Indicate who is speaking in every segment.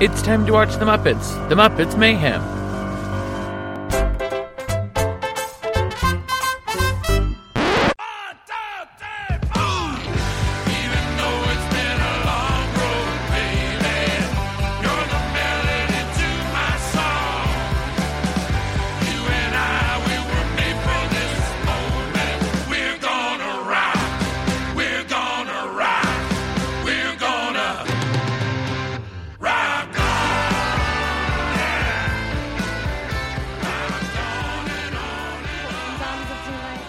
Speaker 1: It's time to watch The Muppets, The Muppets Mayhem.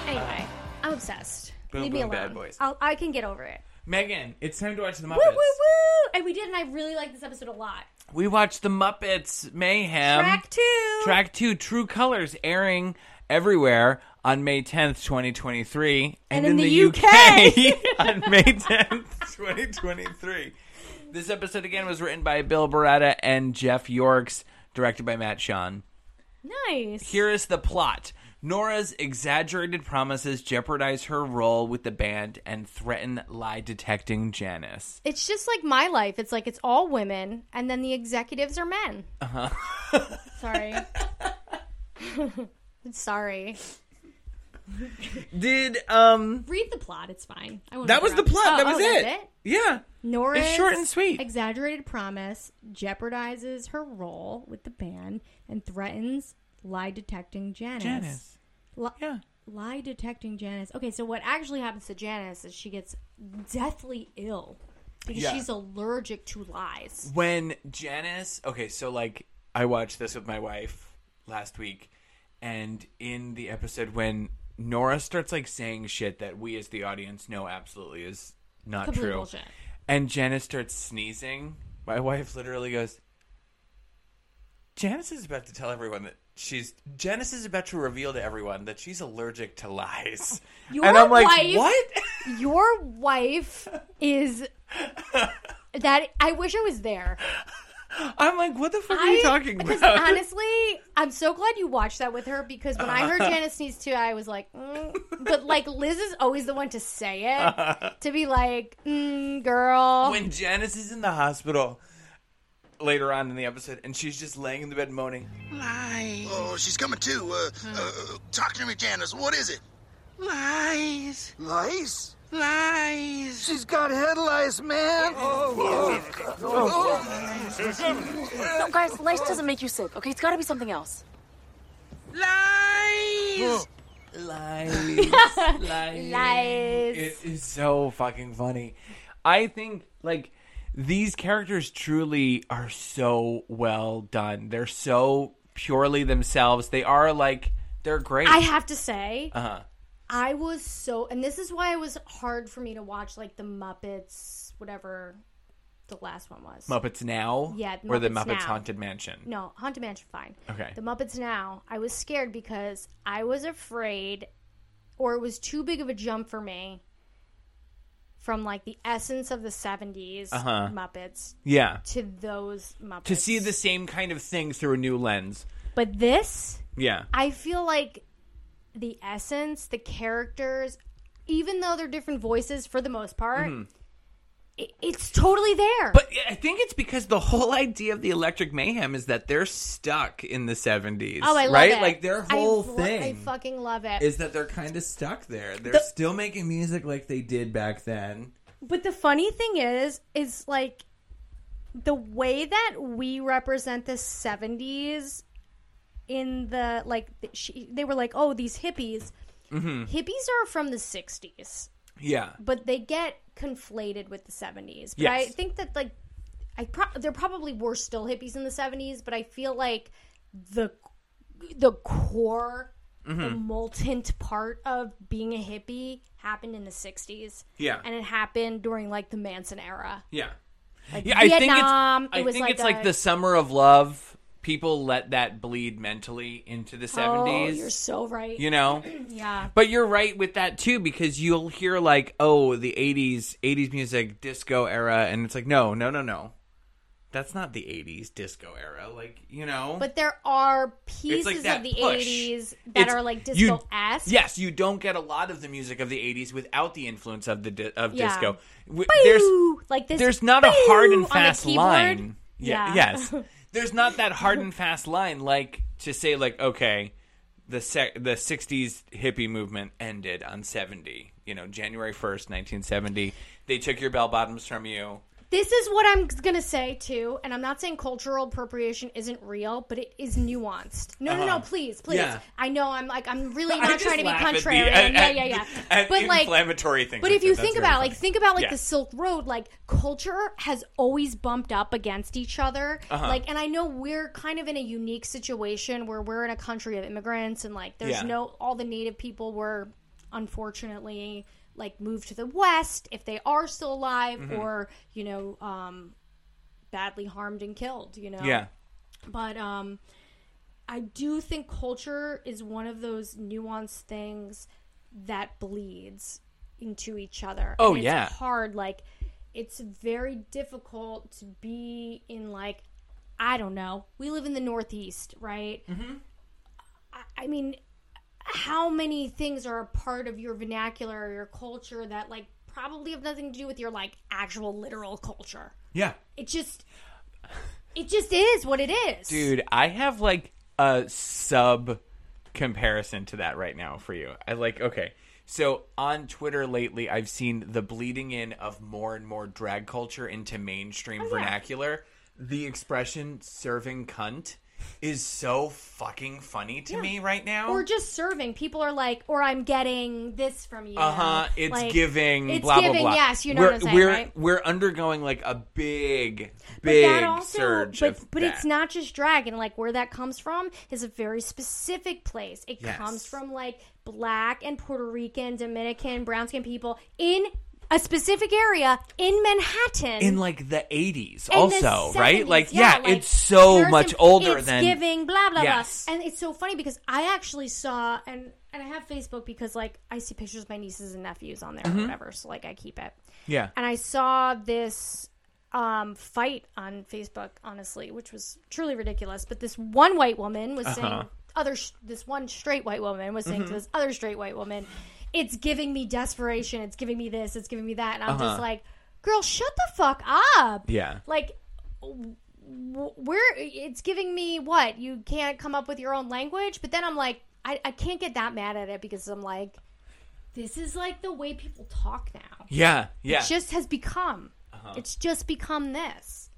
Speaker 2: Anyway, I'm obsessed.
Speaker 3: Boom,
Speaker 2: Leave me
Speaker 3: boom,
Speaker 2: alone.
Speaker 3: bad boys.
Speaker 2: I'll, I can get over it.
Speaker 3: Megan, it's time to watch the Muppets.
Speaker 2: Woo, woo, woo! And we did, and I really like this episode a lot.
Speaker 3: We watched the Muppets Mayhem.
Speaker 2: Track two.
Speaker 3: Um, Track two, True Colors, airing everywhere on May 10th, 2023.
Speaker 2: And in the UK.
Speaker 3: on May 10th, 2023. This episode, again, was written by Bill Beretta and Jeff Yorks, directed by Matt Sean.
Speaker 2: Nice.
Speaker 3: Here is the plot. Nora's exaggerated promises jeopardize her role with the band and threaten lie detecting Janice.
Speaker 2: It's just like my life. It's like it's all women, and then the executives are men. Uh-huh. Sorry. Sorry.
Speaker 3: Did, um,
Speaker 2: Read the plot. It's fine. I won't
Speaker 3: that was the
Speaker 2: interrupt.
Speaker 3: plot.
Speaker 2: Oh,
Speaker 3: that was
Speaker 2: oh,
Speaker 3: it.
Speaker 2: that's
Speaker 3: Yeah.
Speaker 2: Nora's
Speaker 3: It's short and sweet.
Speaker 2: Exaggerated promise jeopardizes her role with the band and threatens lie detecting Janice.
Speaker 3: Janice.
Speaker 2: Li-
Speaker 3: Yeah.
Speaker 2: Lie detecting Janice. Okay, so what actually happens to Janice is she gets deathly ill because
Speaker 3: Yeah.
Speaker 2: she's allergic to lies.
Speaker 3: when Janice, okay, so like I watched this with my wife last week, and in the episode when Nora starts like saying shit that we as the audience know absolutely is not
Speaker 2: Complete
Speaker 3: true,
Speaker 2: bullshit.
Speaker 3: and Janice starts sneezing, my wife literally goes, Janice is about to tell everyone that she's Janice is about to reveal to everyone that she's allergic to lies,
Speaker 2: Your
Speaker 3: and I'm like,
Speaker 2: wife-
Speaker 3: what?
Speaker 2: Your wife is that I wish I was there.
Speaker 3: I'm like, what the fuck are you talking
Speaker 2: because
Speaker 3: about?
Speaker 2: honestly, I'm so glad you watched that with her because when I heard
Speaker 3: Uh-huh.
Speaker 2: Janice sneeze too, I was like, mm. but like Liz is always the one to say
Speaker 3: Uh-huh.
Speaker 2: it to be like, mm, girl.
Speaker 3: when Janice is in the hospital later on in the episode, and she's just laying in the bed moaning,
Speaker 4: Lies.
Speaker 5: Oh, she's coming too. Uh, uh, uh, talk to me, Janice. What is it?
Speaker 4: Lies.
Speaker 5: Lice?
Speaker 4: Lies.
Speaker 5: She's got head lice, man. Oh,
Speaker 6: No, guys, lice doesn't make you sick, okay? It's gotta be something else.
Speaker 4: Lies.
Speaker 3: lies, lies.
Speaker 2: Lies.
Speaker 3: It is so fucking funny. I think like these characters truly are so well done. They're so purely themselves. They are like they're great.
Speaker 2: I have to say,
Speaker 3: Uh-huh.
Speaker 2: I was so, and this is why it was hard for me to watch like the Muppets, whatever the last one was.
Speaker 3: Muppets Now,
Speaker 2: Yeah,
Speaker 3: or the
Speaker 2: Muppets
Speaker 3: Muppets
Speaker 2: Now.
Speaker 3: Haunted Mansion.
Speaker 2: No, Haunted Mansion, fine.
Speaker 3: Okay.
Speaker 2: The Muppets Now, I was scared because I was afraid, or it was too big of a jump for me from like the essence of the 70s Muppets
Speaker 3: Yeah,
Speaker 2: to those Muppets.
Speaker 3: Uh-huh. to see the same kind of thing through a new lens.
Speaker 2: But this,
Speaker 3: Yeah,
Speaker 2: I feel like the essence, the characters, even though they're different voices for the most part, it, it's totally there.
Speaker 3: Mm-hmm. But I think it's because the whole idea of the Electric Mayhem is that they're stuck in the 70s.
Speaker 2: oh, I love
Speaker 3: right?
Speaker 2: it.
Speaker 3: Like their
Speaker 2: I
Speaker 3: whole
Speaker 2: lo- I
Speaker 3: thing
Speaker 2: fucking love it.
Speaker 3: is that they're kind of stuck there. They're still making music like they did back then.
Speaker 2: But the funny thing is, is like the way that we represent the 70s in the like the, she, they were like, oh, these hippies. Hippies are from the 60s,
Speaker 3: Yeah.
Speaker 2: but they get conflated with the 70s. But I
Speaker 3: Yes.
Speaker 2: think that like I pro- there probably were still hippies in the 70s, but I feel like the the core the moltent part of being a hippie happened in the 60s
Speaker 3: Yeah.
Speaker 2: and it happened during like the Manson era.
Speaker 3: yeah. yeah, I
Speaker 2: Vietnam,
Speaker 3: think it's, I
Speaker 2: it was
Speaker 3: think
Speaker 2: like
Speaker 3: it's like
Speaker 2: a-
Speaker 3: the summer of love. People let that bleed mentally into the 70s.
Speaker 2: Oh, you're so right.
Speaker 3: you know?
Speaker 2: yeah.
Speaker 3: But you're right with that too, because you'll hear like, oh, the '80s, '80s music, disco era, and it's like, no, no, no, no, that's not the '80s disco era. Like, you know,
Speaker 2: But there are
Speaker 3: It's
Speaker 2: pieces
Speaker 3: like that
Speaker 2: of the
Speaker 3: push.
Speaker 2: 80s that
Speaker 3: It's-
Speaker 2: are like
Speaker 3: you-
Speaker 2: disco esque.
Speaker 3: Yes, you don't get a lot of the music of the '80s without the influence of the di- of
Speaker 2: Yeah.
Speaker 3: disco. W- There's
Speaker 2: like this.
Speaker 3: there's not a hard
Speaker 2: boo
Speaker 3: and
Speaker 2: on the
Speaker 3: fast
Speaker 2: keyboard.
Speaker 3: line. Yeah.
Speaker 2: Yeah.
Speaker 3: Yes. There's not that hard and fast line like to say like okay, the sec- the 60s hippie movement ended on 70. You know, January 1st, 1970. They took your bell bottoms from you.
Speaker 2: This is what I'm gonna say too, and I'm not saying cultural appropriation isn't real, but it is nuanced. No, no, no, please, please.
Speaker 3: Uh-huh. Yeah.
Speaker 2: I know I'm like I'm really
Speaker 3: I
Speaker 2: not
Speaker 3: just
Speaker 2: trying to be
Speaker 3: laugh at the-
Speaker 2: contrary.
Speaker 3: at-
Speaker 2: yeah,
Speaker 3: at-
Speaker 2: yeah, yeah.
Speaker 3: at
Speaker 2: but like,
Speaker 3: inflammatory things.
Speaker 2: but
Speaker 3: like
Speaker 2: if you
Speaker 3: that.
Speaker 2: think
Speaker 3: That's
Speaker 2: about
Speaker 3: very
Speaker 2: like think about like
Speaker 3: Yeah.
Speaker 2: the Silk Road, like culture has always bumped up against each other.
Speaker 3: Uh-huh.
Speaker 2: Like, and I know we're kind of in a unique situation where we're in a country of immigrants, and like there's
Speaker 3: Yeah.
Speaker 2: no all the native people were unfortunately like moved to the west if they are still alive
Speaker 3: Mm-hmm.
Speaker 2: or you know um badly harmed and killed you know
Speaker 3: funny. yeah.
Speaker 2: but um i do think culture is one of those nuanced things that bleeds into each other
Speaker 3: Oh,
Speaker 2: And it's
Speaker 3: yeah.
Speaker 2: hard like it's very difficult to be in like i don't know we live in the northeast right
Speaker 3: Mm-hmm.
Speaker 2: I, I mean how many things are a part of your vernacular or your culture that like probably have nothing to do with your like actual literal culture
Speaker 3: Yeah.
Speaker 2: it just it just is what it is
Speaker 3: Dude, I have like a sub comparison to that right now for you. I like okay. So on Twitter lately, I've seen the bleeding in of more and more drag culture into mainstream
Speaker 2: Oh,
Speaker 3: vernacular. The expression serving cunt is so fucking funny to me right now.
Speaker 2: or just serving people are like or i'm getting this from you
Speaker 3: Uh huh. It's
Speaker 2: Like,
Speaker 3: giving.
Speaker 2: it's
Speaker 3: blah
Speaker 2: giving,
Speaker 3: blah blah.
Speaker 2: yes, you know
Speaker 3: we're,
Speaker 2: what I'm saying,
Speaker 3: We're
Speaker 2: right?
Speaker 3: we're undergoing like a big,
Speaker 2: but
Speaker 3: big
Speaker 2: that also
Speaker 3: surge.
Speaker 2: but,
Speaker 3: of
Speaker 2: but
Speaker 3: that.
Speaker 2: it's not just drag and like where that comes from is a very specific place it
Speaker 3: Yes.
Speaker 2: comes from like black and puerto rican dominican brown skinned people in a specific area in manhattan
Speaker 3: in like the 80s
Speaker 2: in the
Speaker 3: also right
Speaker 2: 70s,
Speaker 3: like yeah,
Speaker 2: like,
Speaker 3: it's so
Speaker 2: there's
Speaker 3: much
Speaker 2: some-
Speaker 3: older
Speaker 2: it's
Speaker 3: than
Speaker 2: giving blah blah
Speaker 3: Yes.
Speaker 2: blah and it's so funny because i actually saw and and i have facebook because like i see pictures of my nieces and nephews on there
Speaker 3: Mm-hmm.
Speaker 2: or whatever so like i keep it
Speaker 3: yeah
Speaker 2: and i saw this um, fight on facebook honestly which was truly ridiculous but this one white woman
Speaker 3: Uh-huh.
Speaker 2: was saying other sh- this one straight white woman was saying to
Speaker 3: Mm-hmm.
Speaker 2: this other straight white woman it's giving me desperation it's giving me this it's giving me that and i'm just like girl shut the fuck up
Speaker 3: Uh-huh. yeah
Speaker 2: like w- where it's giving me what you can't come up with your own language but then i'm like I, I can't get that mad at it because i'm like this is like the way people talk now
Speaker 3: yeah yeah
Speaker 2: it just has become
Speaker 3: Uh-huh.
Speaker 2: it's just become this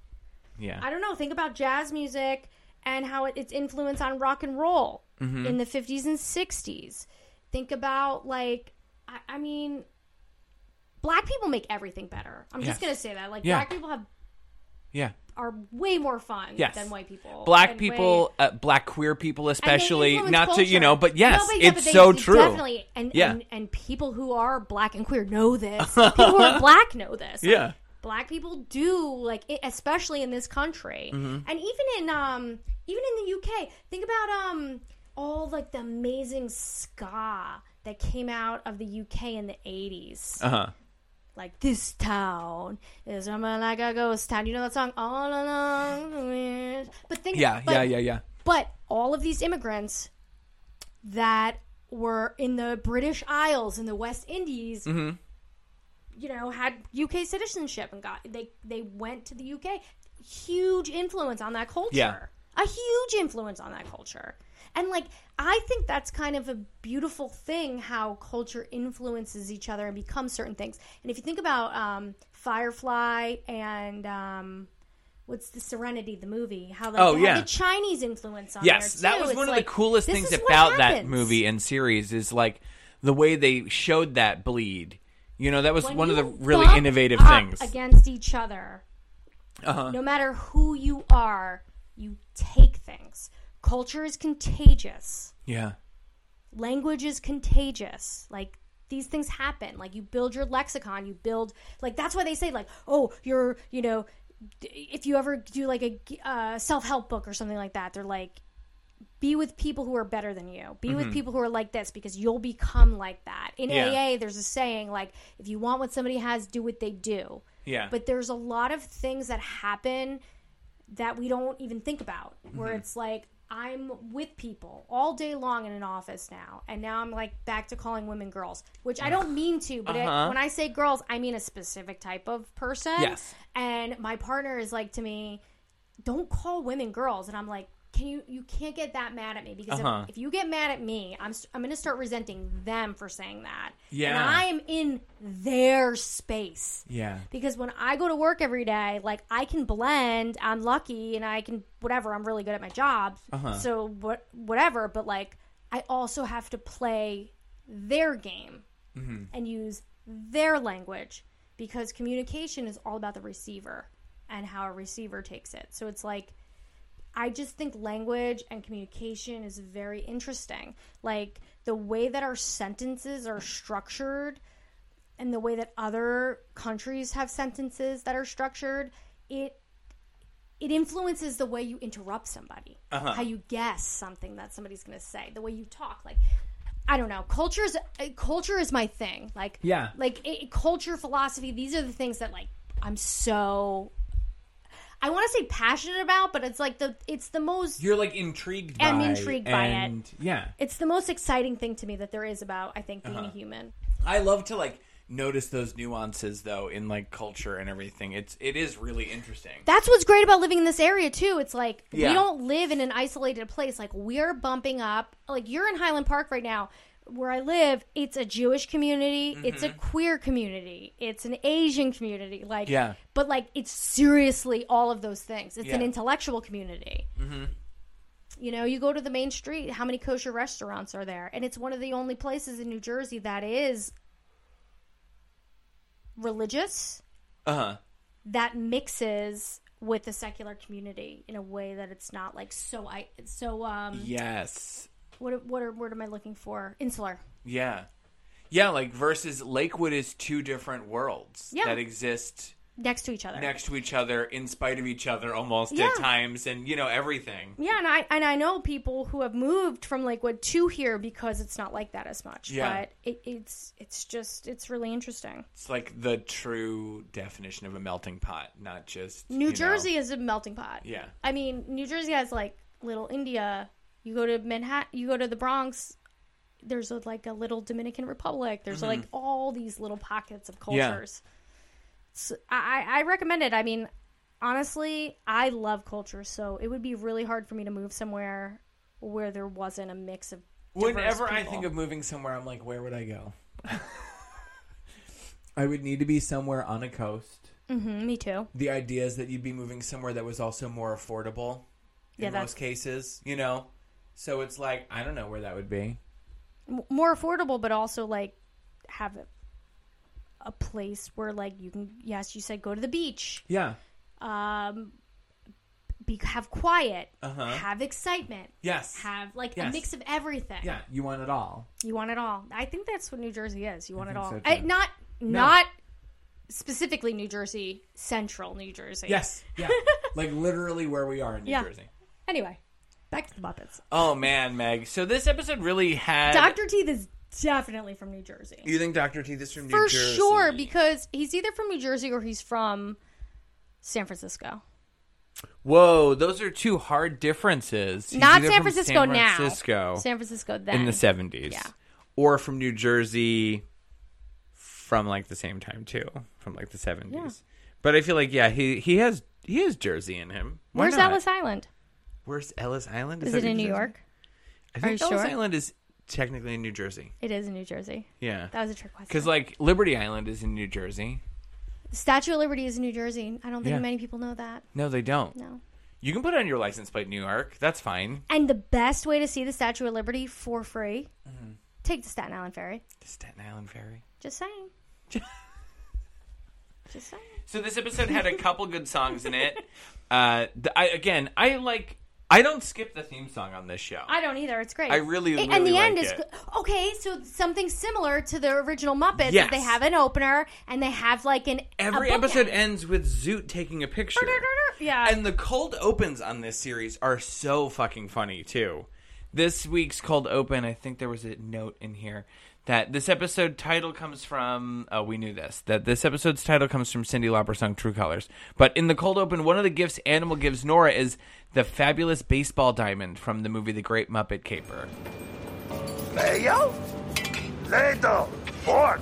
Speaker 3: yeah
Speaker 2: i don't know think about jazz music and how it, its influence on rock and roll
Speaker 3: Mm-hmm.
Speaker 2: in the 50s and 60s think about like i, I mean black people make everything better i'm
Speaker 3: Yes.
Speaker 2: just gonna say that like
Speaker 3: Yeah.
Speaker 2: black people have
Speaker 3: yeah
Speaker 2: are way more fun
Speaker 3: Yes.
Speaker 2: than white people.
Speaker 3: black
Speaker 2: and way-
Speaker 3: people uh, black queer people
Speaker 2: and they
Speaker 3: especially
Speaker 2: influence
Speaker 3: not to you
Speaker 2: culture.
Speaker 3: know but yes
Speaker 2: No, yeah,
Speaker 3: it's
Speaker 2: they-
Speaker 3: so
Speaker 2: they
Speaker 3: true
Speaker 2: Definitely, and,
Speaker 3: Yeah.
Speaker 2: and and people who are black and queer know this. people who are black know this. Like,
Speaker 3: Yeah.
Speaker 2: black people do like, it, especially in this country,
Speaker 3: Mm-hmm.
Speaker 2: and even in um even in the UK. Think about um all like the amazing ska that came out of the UK in the eighties
Speaker 3: uh-huh
Speaker 2: like this town is somewhere like a ghost town. You know that song all along the wind. But think,
Speaker 3: yeah
Speaker 2: but,
Speaker 3: yeah yeah yeah
Speaker 2: But all of these immigrants that were in the British Isles in the West Indies, you know, had UK citizenship and got they they went to the UK. Huge influence on that culture.
Speaker 3: Yeah.
Speaker 2: A huge influence on that culture. And like I think that's kind of a beautiful thing how culture influences each other and becomes certain things. And if you think about um, Firefly and um, what's the Serenity the movie, how like
Speaker 3: Oh,
Speaker 2: they
Speaker 3: yeah.
Speaker 2: had the Chinese influence on
Speaker 3: yes
Speaker 2: there,
Speaker 3: that
Speaker 2: too.
Speaker 3: was
Speaker 2: It's
Speaker 3: one of
Speaker 2: like,
Speaker 3: the coolest
Speaker 2: this
Speaker 3: things
Speaker 2: is what
Speaker 3: about that
Speaker 2: happens.
Speaker 3: movie and series is like the way they showed that bleed you know that was
Speaker 2: When
Speaker 3: one of the
Speaker 2: you
Speaker 3: really
Speaker 2: bump
Speaker 3: innovative
Speaker 2: up
Speaker 3: things Uh-huh.
Speaker 2: against each other. No matter who you are, you take things. Culture is contagious.
Speaker 3: yeah
Speaker 2: Language is contagious. Like these things happen. Like you build your lexicon. You build like that's why they say like oh you're you know d- if you ever do like a uh, self help book or something like that they're like be with people who are better than you. Be with people who are like this because you'll become like that. In
Speaker 3: Yeah.
Speaker 2: AA, there's a saying like, if you want what somebody has, do what they do.
Speaker 3: yeah
Speaker 2: But there's a lot of things that happen that we don't even think about, where
Speaker 3: Mm-hmm.
Speaker 2: it's like, I'm with people all day long in an office now, and now I'm like back to calling women girls, which I don't mean to, but it-
Speaker 3: Uh-huh.
Speaker 2: when I say girls, I mean a specific type of person.
Speaker 3: Yes.
Speaker 2: And my partner is like to me, don't call women girls. And I'm like, can you, you can't get that mad at me because if-
Speaker 3: Uh-huh.
Speaker 2: if, you get mad at me, I'm, s- I'm going to start resenting them for saying that. And
Speaker 3: Yeah.
Speaker 2: I'm in their space
Speaker 3: Yeah.
Speaker 2: because when I go to work every day, like I can blend. I'm lucky, and I can whatever. I'm really good at my job, so what, whatever. But like, I also have to play their game and use their language because communication is all about the receiver and how a receiver takes it. So it's like I just think language and communication is very interesting. Like the way that our sentences are structured and the way that other countries have sentences that are structured, it it influences the way you interrupt somebody, how you guess something that somebody's going to say, the way you talk. Like I don't know, culture is uh, culture is my thing. Like
Speaker 3: Yeah.
Speaker 2: like it, culture, philosophy. These are the things that like I'm so. I want to say passionate about, but it's like the it's the most
Speaker 3: You're like intrigued by
Speaker 2: I'm intrigued by it.
Speaker 3: and- Yeah.
Speaker 2: it's the most exciting thing to me that there is about I think being
Speaker 3: Uh-huh.
Speaker 2: a human.
Speaker 3: I love to like notice those nuances though in like culture and everything. It's it is really interesting.
Speaker 2: That's what's great about living in this area too. It's like
Speaker 3: Yeah.
Speaker 2: we don't live in an isolated place. Like we're bumping up. Like you're in Highland Park right now, where I live. It's a Jewish community. It's
Speaker 3: Mm-hmm.
Speaker 2: a queer community. It's an Asian community. Like
Speaker 3: Yeah.
Speaker 2: but like it's seriously all of those things. It's an
Speaker 3: Yeah. Mm-hmm.
Speaker 2: intellectual community. You know, you go to the main street. How many kosher restaurants are there? And it's one of the only places in New Jersey that is religious
Speaker 3: Uh-huh.
Speaker 2: that mixes with the secular community in a way that it's not like so i so um
Speaker 3: Yes.
Speaker 2: what what are, word am i looking for insular
Speaker 3: Yeah. Yeah, like versus Lakewood is two different worlds
Speaker 2: Yeah.
Speaker 3: that exist
Speaker 2: next to each other
Speaker 3: next to each other in spite of each other almost
Speaker 2: Yeah.
Speaker 3: at times and you know everything.
Speaker 2: yeah and i and i know people who have moved from lakewood to here because it's not like that as much
Speaker 3: Yeah.
Speaker 2: but it, it's it's just it's really interesting
Speaker 3: It's like the true definition of a melting pot, not just
Speaker 2: new
Speaker 3: you know-
Speaker 2: jersey is a melting pot
Speaker 3: Yeah.
Speaker 2: i mean new jersey has like little india you go to manhattan you go to the bronx there's a, like a little dominican republic there's like all these little pockets of
Speaker 3: Mm-hmm. Yeah.
Speaker 2: cultures so I, I recommend it i mean honestly i love culture so it would be really hard for me to move somewhere where there wasn't a mix of diverse
Speaker 3: Whenever I
Speaker 2: people.
Speaker 3: think of moving somewhere, I'm like, where would I go? I would need to be somewhere on a coast.
Speaker 2: Mhm, me too
Speaker 3: The idea is that you'd be moving somewhere that was also more affordable in
Speaker 2: Yeah, that's-
Speaker 3: most cases, you know? So it's like, I don't know where that would be.
Speaker 2: M- more affordable but also like have a, a place where like you can yes you said go to the beach
Speaker 3: Yeah.
Speaker 2: um, be, have quiet,
Speaker 3: Uh-huh.
Speaker 2: have excitement,
Speaker 3: Yes.
Speaker 2: have like a
Speaker 3: Yes.
Speaker 2: mix of everything.
Speaker 3: yeah, you want it all.
Speaker 2: You want it all. I think that's what New Jersey is. You want it
Speaker 3: think
Speaker 2: all.
Speaker 3: so,
Speaker 2: I,
Speaker 3: too.
Speaker 2: not not specifically New Jersey, central New Jersey.
Speaker 3: Yes. Yeah. like literally where we are in New
Speaker 2: Yeah.
Speaker 3: Jersey.
Speaker 2: Anyway, back to the Muppets.
Speaker 3: Oh man, Meg. So this episode really had
Speaker 2: Dr. Teeth is definitely from New Jersey.
Speaker 3: You think Dr. Teeth is from
Speaker 2: For
Speaker 3: New Jersey?
Speaker 2: sure, because he's either from New Jersey or he's from San Francisco.
Speaker 3: Whoa, those are two hard differences. He's
Speaker 2: Not
Speaker 3: either
Speaker 2: San
Speaker 3: from
Speaker 2: Francisco,
Speaker 3: San
Speaker 2: now.
Speaker 3: Francisco.
Speaker 2: San Francisco then.
Speaker 3: in the 70s
Speaker 2: Yeah.
Speaker 3: or from new jersey from like the same time too from like the 70s but i feel like yeah he he has he has jersey in him Why
Speaker 2: Where's
Speaker 3: not?
Speaker 2: Ellis Island?
Speaker 3: where's ellis island
Speaker 2: Is
Speaker 3: that
Speaker 2: it in New
Speaker 3: Jersey?
Speaker 2: York?
Speaker 3: i
Speaker 2: Are
Speaker 3: think
Speaker 2: you
Speaker 3: ellis
Speaker 2: sure?
Speaker 3: island is technically in new jersey
Speaker 2: It is in New Jersey.
Speaker 3: yeah
Speaker 2: That was a trick question.
Speaker 3: because like liberty island is in new jersey
Speaker 2: Statue of Liberty is in New Jersey. I don't think
Speaker 3: Yeah.
Speaker 2: many people know that.
Speaker 3: no they don't
Speaker 2: No.
Speaker 3: you can put on your license plate new york that's fine
Speaker 2: And the best way to see the Statue of Liberty for free,
Speaker 3: Mm-hmm.
Speaker 2: take the Staten Island ferry.
Speaker 3: the staten island ferry
Speaker 2: Just saying. Just saying.
Speaker 3: So this episode had a couple good songs in it. Uh, th- I again, I like. I don't skip the theme song on this show.
Speaker 2: I don't either. It's great.
Speaker 3: I really,
Speaker 2: It-
Speaker 3: really
Speaker 2: and the
Speaker 3: like
Speaker 2: end is
Speaker 3: it.
Speaker 2: good. okay. So something similar to the original Muppets.
Speaker 3: Yes.
Speaker 2: They have an opener and they have like an a
Speaker 3: Every
Speaker 2: bookend.
Speaker 3: episode ends with Zoot taking a picture.
Speaker 2: Yeah.
Speaker 3: And the cold opens on this series are so fucking funny too. This week's cold open, I think there was a note in here that this episode title comes from. Oh, we knew this. That this episode's title comes from Cindy Lauper's song "True Colors." But in the cold open, one of the gifts Animal gives Nora is the fabulous baseball diamond from the movie The Great Muppet Caper.
Speaker 7: Mayo? Later. Fork.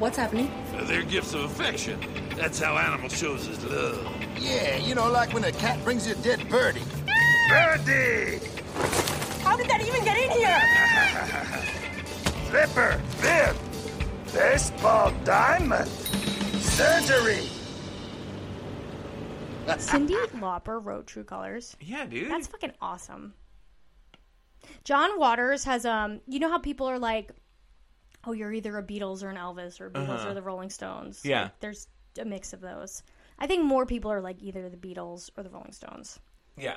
Speaker 6: What's happening?
Speaker 4: They're gifts of affection. That's how animal shows his love.
Speaker 5: Yeah, you know, like when a cat brings you a dead birdie.
Speaker 7: Birdie!
Speaker 8: How did that even get in here?
Speaker 7: Flipper! Bib! Baseball diamond! Surgery!
Speaker 2: Cindy Lauper wrote True Colors.
Speaker 3: Yeah, dude.
Speaker 2: That's fucking awesome. John Waters has um you know how people are like oh you're either a Beatles or an Elvis or Beatles or the Rolling Stones.
Speaker 3: Uh-huh. Yeah.
Speaker 2: Like, there's a mix of those. I think more people are like either the Beatles or the Rolling Stones.
Speaker 3: yeah.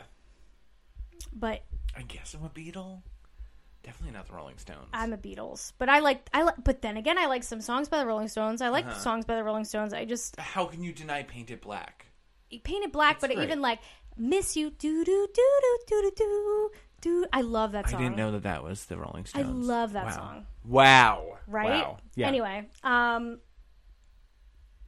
Speaker 2: But
Speaker 3: I guess I'm a Beatle. Definitely not the Rolling Stones.
Speaker 2: I'm a Beatles. But I like I like but then again I like some songs by the Rolling Stones. I like
Speaker 3: Uh-huh.
Speaker 2: songs by the Rolling Stones. I just
Speaker 3: How can you deny Painted Black?
Speaker 2: painted black but
Speaker 3: great.
Speaker 2: even like miss you do do do do do do do. I love that song.
Speaker 3: I didn't know that that was the Rolling
Speaker 2: I
Speaker 3: Stones.
Speaker 2: love that
Speaker 3: Wow.
Speaker 2: song.
Speaker 3: Wow.
Speaker 2: right?
Speaker 3: Wow. Yeah.
Speaker 2: Anyway, um,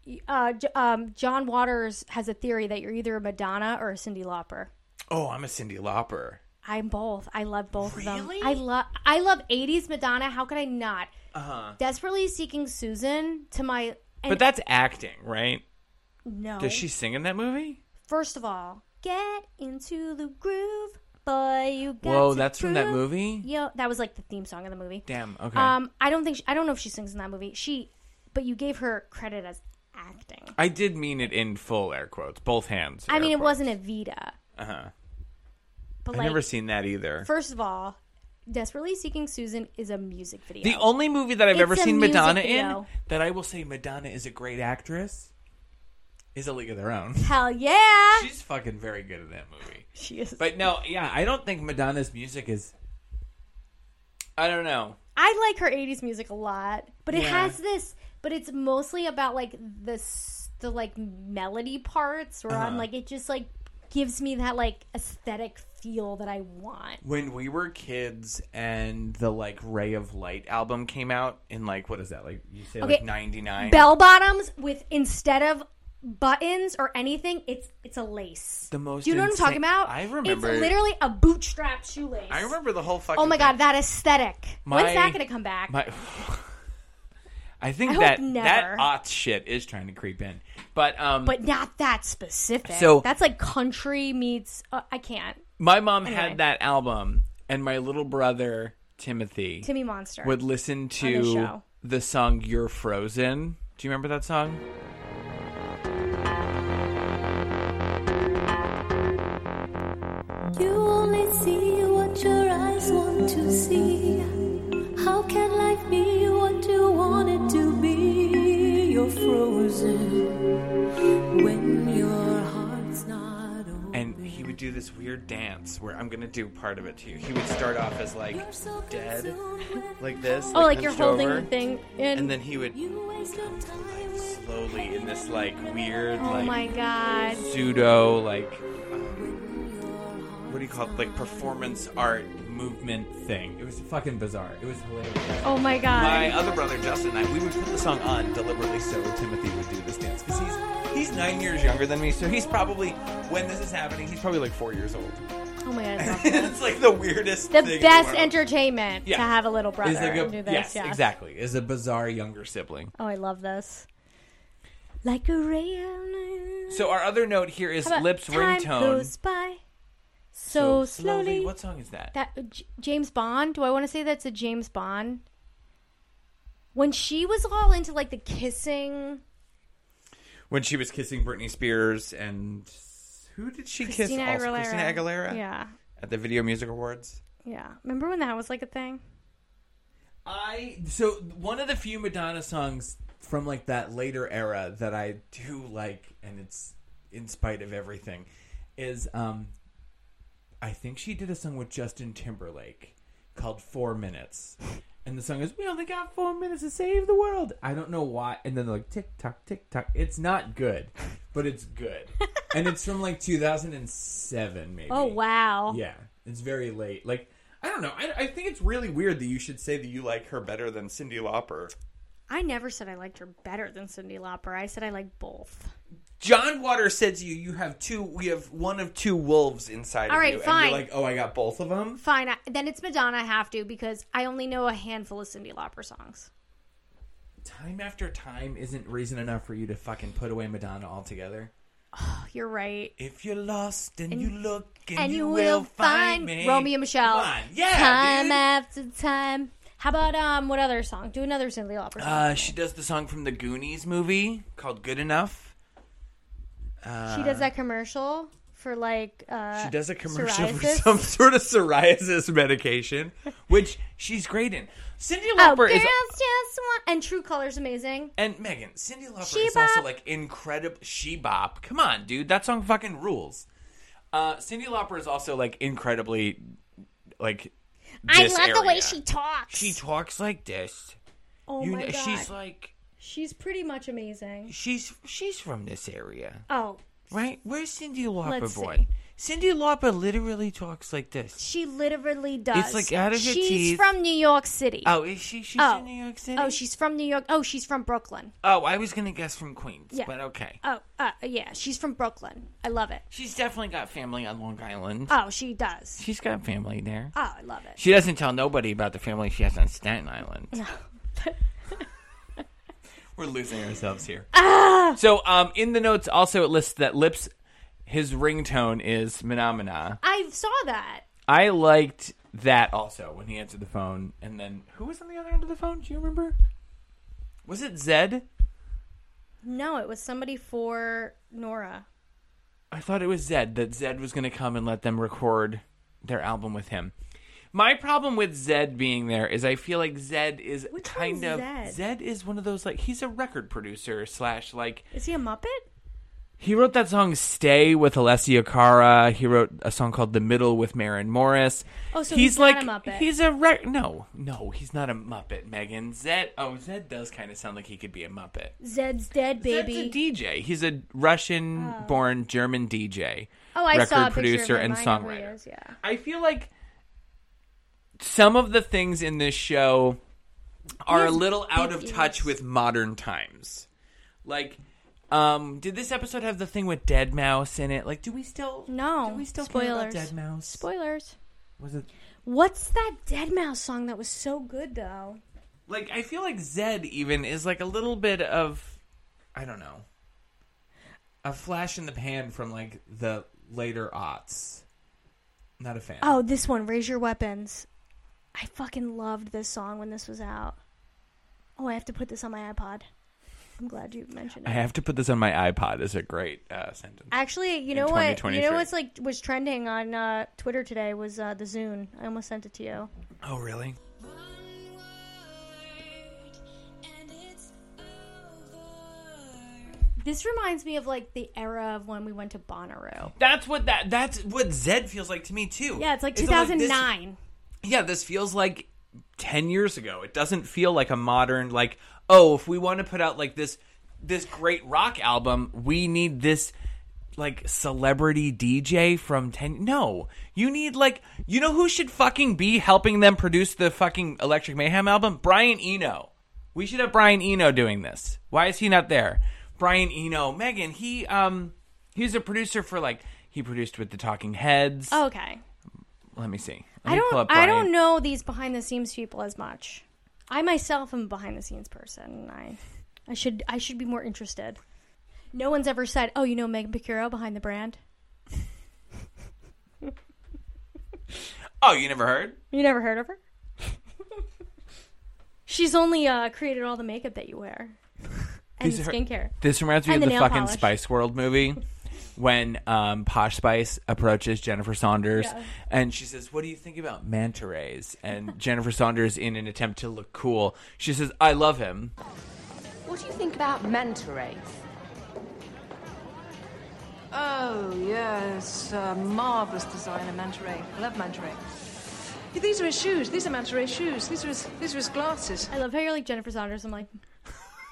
Speaker 2: y- uh, J- um, John Waters has a theory that you're either a Madonna or a Cindy Lauper.
Speaker 3: Oh, I'm a Cindy Lauper.
Speaker 2: I'm both. I love both of them. I love I love 80s Madonna. How could I not? Uh-huh. Desperately seeking Susan to my and
Speaker 3: But that's acting, right?
Speaker 2: no.
Speaker 3: Does she sing in that movie?
Speaker 2: First of all, get into the groove, boy. You got
Speaker 3: Whoa,
Speaker 2: to
Speaker 3: that's from that
Speaker 2: groove.
Speaker 3: movie?
Speaker 2: Yeah, that was like the theme song of the movie.
Speaker 3: Damn, okay.
Speaker 2: Um, I don't think she, I don't know if she sings in that movie. She, but you gave her credit as acting.
Speaker 3: I did mean it in full air quotes, both hands.
Speaker 2: I
Speaker 3: air
Speaker 2: mean, it
Speaker 3: quotes.
Speaker 2: wasn't Evita. Uh
Speaker 3: Uh-huh.
Speaker 2: But
Speaker 3: I've
Speaker 2: like,
Speaker 3: never seen that either.
Speaker 2: first of all, "Desperately Seeking Susan" is a music video.
Speaker 3: the only movie that I've
Speaker 2: It's
Speaker 3: ever
Speaker 2: a
Speaker 3: seen
Speaker 2: music
Speaker 3: Madonna in
Speaker 2: video.
Speaker 3: that I will say Madonna is a great actress is A League of Their Own.
Speaker 2: Hell yeah,
Speaker 3: She's fucking very good in that movie.
Speaker 2: she is.
Speaker 3: But no, yeah, I don't think Madonna's music is. I don't know.
Speaker 2: I like her '80s music a lot, but it
Speaker 3: Yeah.
Speaker 2: has this. But it's mostly about like the s- the like melody parts where
Speaker 3: Uh-huh.
Speaker 2: I'm like, it just like gives me that like aesthetic feel that I want.
Speaker 3: When we were kids and the like Ray of Light album came out in like what is that like you say like
Speaker 2: Okay.
Speaker 3: 99
Speaker 2: Bell bottoms with instead of buttons or anything, it's it's a lace.
Speaker 3: The most
Speaker 2: Do you know what I'm talking
Speaker 3: insane-
Speaker 2: about?
Speaker 3: I remember-
Speaker 2: It's literally a bootstrap shoelace.
Speaker 3: I remember the whole fucking
Speaker 2: Oh my
Speaker 3: thing.
Speaker 2: god, that aesthetic.
Speaker 3: My-
Speaker 2: When's that gonna come back?
Speaker 3: My, I think
Speaker 2: I hope
Speaker 3: that that
Speaker 2: never.
Speaker 3: aught shit is trying to creep in, but um,
Speaker 2: but not that specific.
Speaker 3: So-
Speaker 2: that's like country meets. Uh, I can't.
Speaker 3: my mom
Speaker 2: anyway.
Speaker 3: had that album, and my little brother Timothy
Speaker 2: Timmy Monster.
Speaker 3: would listen
Speaker 2: the
Speaker 3: to
Speaker 2: show.
Speaker 3: the song "You're Frozen." Do you remember that song?
Speaker 9: You only see what your eyes want to see. How can life be what you want it to be? You're frozen when your heart's not open.
Speaker 3: And he would do this weird dance where I'm gonna do part of it to you. He would start off as like
Speaker 9: You're so
Speaker 3: dead,
Speaker 9: consumed with
Speaker 3: like this.
Speaker 2: oh, like
Speaker 3: hunched
Speaker 2: you're holding
Speaker 3: over,
Speaker 2: the thing in.
Speaker 3: and then he would
Speaker 9: you waste your time with
Speaker 3: slowly in this like weird
Speaker 2: oh
Speaker 3: like
Speaker 2: my god.
Speaker 3: pseudo like um, what do you call it like performance art movement thing it was fucking bizarre it was hilarious
Speaker 2: Oh my god.
Speaker 3: my other brother justin and i we would put the song on deliberately so timothy would do this dance because he's he's nine years younger than me so he's probably when this is happening he's probably like four years old
Speaker 2: oh my god. it's awful.
Speaker 3: it's like the weirdest
Speaker 2: The
Speaker 3: thing in
Speaker 2: best
Speaker 3: world.
Speaker 2: entertainment
Speaker 3: Yeah.
Speaker 2: to have a little brother.
Speaker 3: is like a,
Speaker 2: do this,
Speaker 3: yes
Speaker 2: yeah.
Speaker 3: exactly is a bizarre younger sibling
Speaker 2: Oh, I love this. Like a ray of light.
Speaker 3: so our other note here is
Speaker 2: How about
Speaker 3: lips
Speaker 2: time
Speaker 3: ringtone
Speaker 2: goes by so, slowly.
Speaker 3: what song is that
Speaker 2: That J- James Bond? Do I want to say that's a James Bond? When she was all into like the kissing,
Speaker 3: when she was kissing Britney Spears and who did she
Speaker 2: Christina
Speaker 3: kiss? Also
Speaker 2: Aguilera.
Speaker 3: Christina Aguilera
Speaker 2: Yeah,
Speaker 3: at the Video Music Awards.
Speaker 2: yeah. Remember when that was like a thing?
Speaker 3: I so one of the few Madonna songs from like that later era that I do like, and it's in spite of everything, is um, I think she did a song with Justin Timberlake called Four Minutes. And the song is "We only got four minutes to save the world." I don't know why. And then they're like tick tock, tick tock. It's not good, but it's good, and it's from like 2007, maybe.
Speaker 2: Oh wow!
Speaker 3: Yeah, it's very late. Like, I don't know. I, I think it's really weird that you should say that you like her better than Cindy Lauper.
Speaker 2: I never said I liked her better than Cindy Lauper. I said I like both.
Speaker 3: John Waters said to you, "You have two. We have one of two wolves inside
Speaker 2: All
Speaker 3: of
Speaker 2: right,
Speaker 3: you." And
Speaker 2: fine.
Speaker 3: you're like, "Oh, I got both of them."
Speaker 2: Fine, I, then it's Madonna. I have to because I only know a handful of Cindy Lauper songs.
Speaker 3: Time after time isn't reason enough for you to fucking put away Madonna altogether.
Speaker 2: Oh, You're right.
Speaker 3: If you're lost and, you look and,
Speaker 2: and
Speaker 3: you, will find me.
Speaker 2: Romeo and Michelle.
Speaker 3: Come on. Yeah.
Speaker 2: time
Speaker 3: dude.
Speaker 2: after time. How about um? What other song? Do another Cindy Lauper song.
Speaker 3: Uh, she does the song from the Goonies movie called Good Enough.
Speaker 2: she does that commercial for like. Uh,
Speaker 3: She does a commercial for
Speaker 2: psoriasis?
Speaker 3: some sort of psoriasis medication, which she's great in. Cindy
Speaker 2: Oh,
Speaker 3: Lauper
Speaker 2: girls
Speaker 3: is,
Speaker 2: just want and True Colors amazing.
Speaker 3: and Megan, Cindy Lauper is
Speaker 2: She-bop.
Speaker 3: also like incredible. She bop, come on, dude, that song fucking rules. Uh, Cindy Lauper is also like incredibly, like.
Speaker 2: I
Speaker 3: this
Speaker 2: love the way
Speaker 3: area.
Speaker 2: she talks.
Speaker 3: She talks like this.
Speaker 2: oh
Speaker 3: you
Speaker 2: my
Speaker 3: know,
Speaker 2: god,
Speaker 3: she's like
Speaker 2: she's pretty much amazing.
Speaker 3: she's she's from this area,
Speaker 2: Oh,
Speaker 3: right? Where's Cindy Lauper
Speaker 2: Let's
Speaker 3: born? Cindy Lauper literally talks like this.
Speaker 2: she literally does.
Speaker 3: like out of your
Speaker 2: She's
Speaker 3: teeth.
Speaker 2: from New York City.
Speaker 3: Oh, is she? She's
Speaker 2: Oh.
Speaker 3: in New York City.
Speaker 2: Oh, she's from New York. Oh, she's from Brooklyn.
Speaker 3: Oh, I was gonna guess from Queens,
Speaker 2: Yeah.
Speaker 3: but okay.
Speaker 2: Oh, uh, yeah, she's from Brooklyn. I love it.
Speaker 3: She's definitely got family on Long Island.
Speaker 2: Oh, she does.
Speaker 3: She's got family there.
Speaker 2: Oh, I love it.
Speaker 3: She doesn't tell nobody about the family she has on Staten Island. We're losing ourselves here. So, um, in the notes also it lists that Lips, his ringtone is Menomina.
Speaker 2: I saw that.
Speaker 3: I liked that also when he answered the phone. And then who was on the other end of the phone? Do you remember? Was it Zed?
Speaker 2: No, it was somebody for Nora.
Speaker 3: I thought it was Zed that Zed was going to come and let them record their album with him. My problem with Zed being there is I feel like Zed is
Speaker 2: Which
Speaker 3: kind
Speaker 2: one's
Speaker 3: of
Speaker 2: Zed?
Speaker 3: Zed is one of those like he's a record producer slash like
Speaker 2: Is he a Muppet?
Speaker 3: he wrote that song "Stay" with Alessia Cara. He wrote a song called "The Middle" with Marin Morris.
Speaker 2: Oh, so he's
Speaker 3: like
Speaker 2: not a Muppet.
Speaker 3: he's a rec- no no he's not a Muppet. Megan Zed oh Zed does kind of sound like he could be a Muppet.
Speaker 2: Zed's dead, baby.
Speaker 3: Zed's a DJ. He's a Russian-born German DJ.
Speaker 2: oh, I
Speaker 3: record
Speaker 2: saw a picture
Speaker 3: producer
Speaker 2: of him.
Speaker 3: and
Speaker 2: I know who he
Speaker 3: songwriter.
Speaker 2: is, yeah.
Speaker 3: I feel like some of the things in this show are a
Speaker 2: has
Speaker 3: little out
Speaker 2: big
Speaker 3: of
Speaker 2: ears.
Speaker 3: touch with modern times. Like, um, did this episode have the thing with Dead Mouse in it? Like, do we still
Speaker 2: No.
Speaker 3: Do we still care about
Speaker 2: Spoilers.
Speaker 3: Dead Mouse?
Speaker 2: Spoilers.
Speaker 3: Was it
Speaker 2: What's that Dead Mouse song that was so good though?
Speaker 3: like I feel like Zed even is like a little bit of I don't know a flash in the pan from like the later aughts. Not a fan.
Speaker 2: Oh, this one, Raise Your Weapons. I fucking loved this song when this was out. Oh, I have to put this on my iPod. I'm glad you mentioned
Speaker 3: I
Speaker 2: it.
Speaker 3: have to put this on my iPod as a great uh, sentence.
Speaker 2: Actually, you know what? You
Speaker 3: 2023.
Speaker 2: know what's like was trending on uh, Twitter today was uh, the Zune. I almost sent it to you.
Speaker 3: Oh, really?
Speaker 2: This reminds me of like the era of when we went to Bonnaroo.
Speaker 3: That's what that that's what Zed feels like to me too.
Speaker 2: Yeah, it's like
Speaker 3: all this-
Speaker 2: 2009.
Speaker 3: yeah, this feels like 10 years ago. It doesn't feel like a modern like, oh, if we want to put out like this this great rock album, we need this like celebrity DJ from 10 No. You need like you know who should fucking be helping them produce the fucking Electric Mayhem album? Brian Eno. We should have Brian Eno doing this. Why is he not there? Brian Eno, Megan, he um he's a producer for like he produced with the Talking Heads.
Speaker 2: Oh, okay.
Speaker 3: Let me see. Let
Speaker 2: I
Speaker 3: me pull
Speaker 2: don't
Speaker 3: up
Speaker 2: I
Speaker 3: Brian.
Speaker 2: don't know these behind the scenes people as much. I myself am a behind the scenes person. I I should I should be more interested. No one's ever said, "Oh, you know Megan Picuro behind the brand."
Speaker 3: Oh, you never heard?
Speaker 2: You never heard of her? She's only uh, created all the makeup that you wear and
Speaker 3: These
Speaker 2: the
Speaker 3: are-
Speaker 2: skincare.
Speaker 3: This reminds me
Speaker 2: And
Speaker 3: of
Speaker 2: the
Speaker 3: the
Speaker 2: nail
Speaker 3: fucking
Speaker 2: polish.
Speaker 3: Spice World movie when um, Posh Spice approaches Jennifer Saunders
Speaker 2: Yeah.
Speaker 3: and she says, What do you think about manta rays? And Jennifer Saunders, in an attempt to look cool, she says, I love him.
Speaker 10: What do you think about manta rays? Oh, yes, uh, marvelous designer, manta ray. I love manta ray. Yeah, These are his shoes. These are manta ray shoes. These are his, these are his glasses.
Speaker 2: I love how you're like Jennifer Saunders. I'm like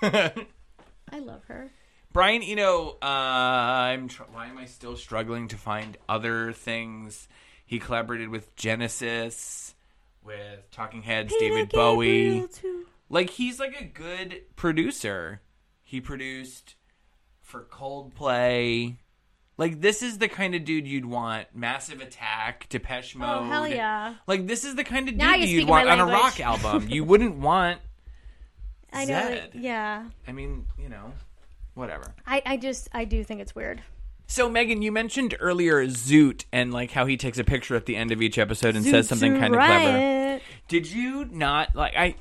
Speaker 2: I love her.
Speaker 3: Brian Eno, uh, I'm tr- why am I still struggling to find other things? He collaborated with Genesis, with Talking Heads, David Bowie. Like he's like a good producer. He produced for Coldplay. Like this is the kind of dude you'd want. Massive Attack, Depeche Mode.
Speaker 2: Oh, hell yeah.
Speaker 3: Like this is the kind of dude
Speaker 2: Now you're
Speaker 3: you'd
Speaker 2: speaking
Speaker 3: want
Speaker 2: my
Speaker 3: on a
Speaker 2: language.
Speaker 3: rock album. you wouldn't want.
Speaker 2: I know.
Speaker 3: Zed.
Speaker 2: Yeah.
Speaker 3: I mean, you know, whatever.
Speaker 2: I, I just I do think it's weird.
Speaker 3: So Megan, you mentioned earlier Zoot and like how he takes a picture at the end of each episode and says something kind of clever. Did you not like I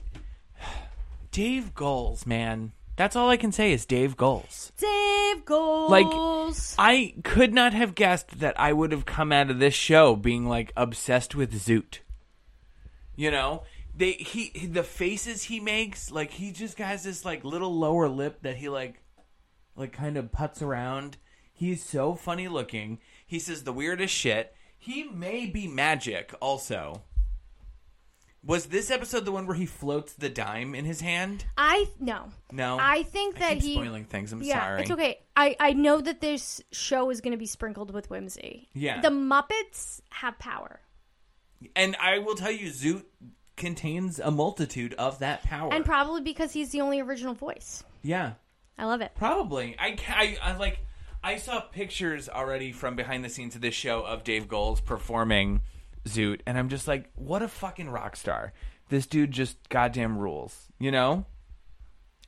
Speaker 3: Dave Goals, man. That's all I can say is Dave Goals.
Speaker 2: Dave goals.
Speaker 3: Like I could not have guessed that I would have come out of this show being like obsessed with Zoot. You know, they he the faces he makes, like he just has this like little lower lip that he like like kind of putts around. He's so funny looking. He says the weirdest shit. He may be magic also. Was this episode the one where he floats the dime in his hand?
Speaker 2: I no.
Speaker 3: No.
Speaker 2: I think that
Speaker 3: keep
Speaker 2: he
Speaker 3: spoiling things. I'm
Speaker 2: yeah,
Speaker 3: sorry.
Speaker 2: It's okay. I I know that this show is going to be sprinkled with whimsy.
Speaker 3: Yeah.
Speaker 2: The Muppets have power.
Speaker 3: And I will tell you, Zoot contains a multitude of that power.
Speaker 2: And probably because he's the only original voice.
Speaker 3: yeah,
Speaker 2: I love it.
Speaker 3: probably. I, ca- I, I like. I saw pictures already from behind the scenes of this show of Dave Goles performing Zoot, and I'm just like, what a fucking rock star! This dude just goddamn rules. You know?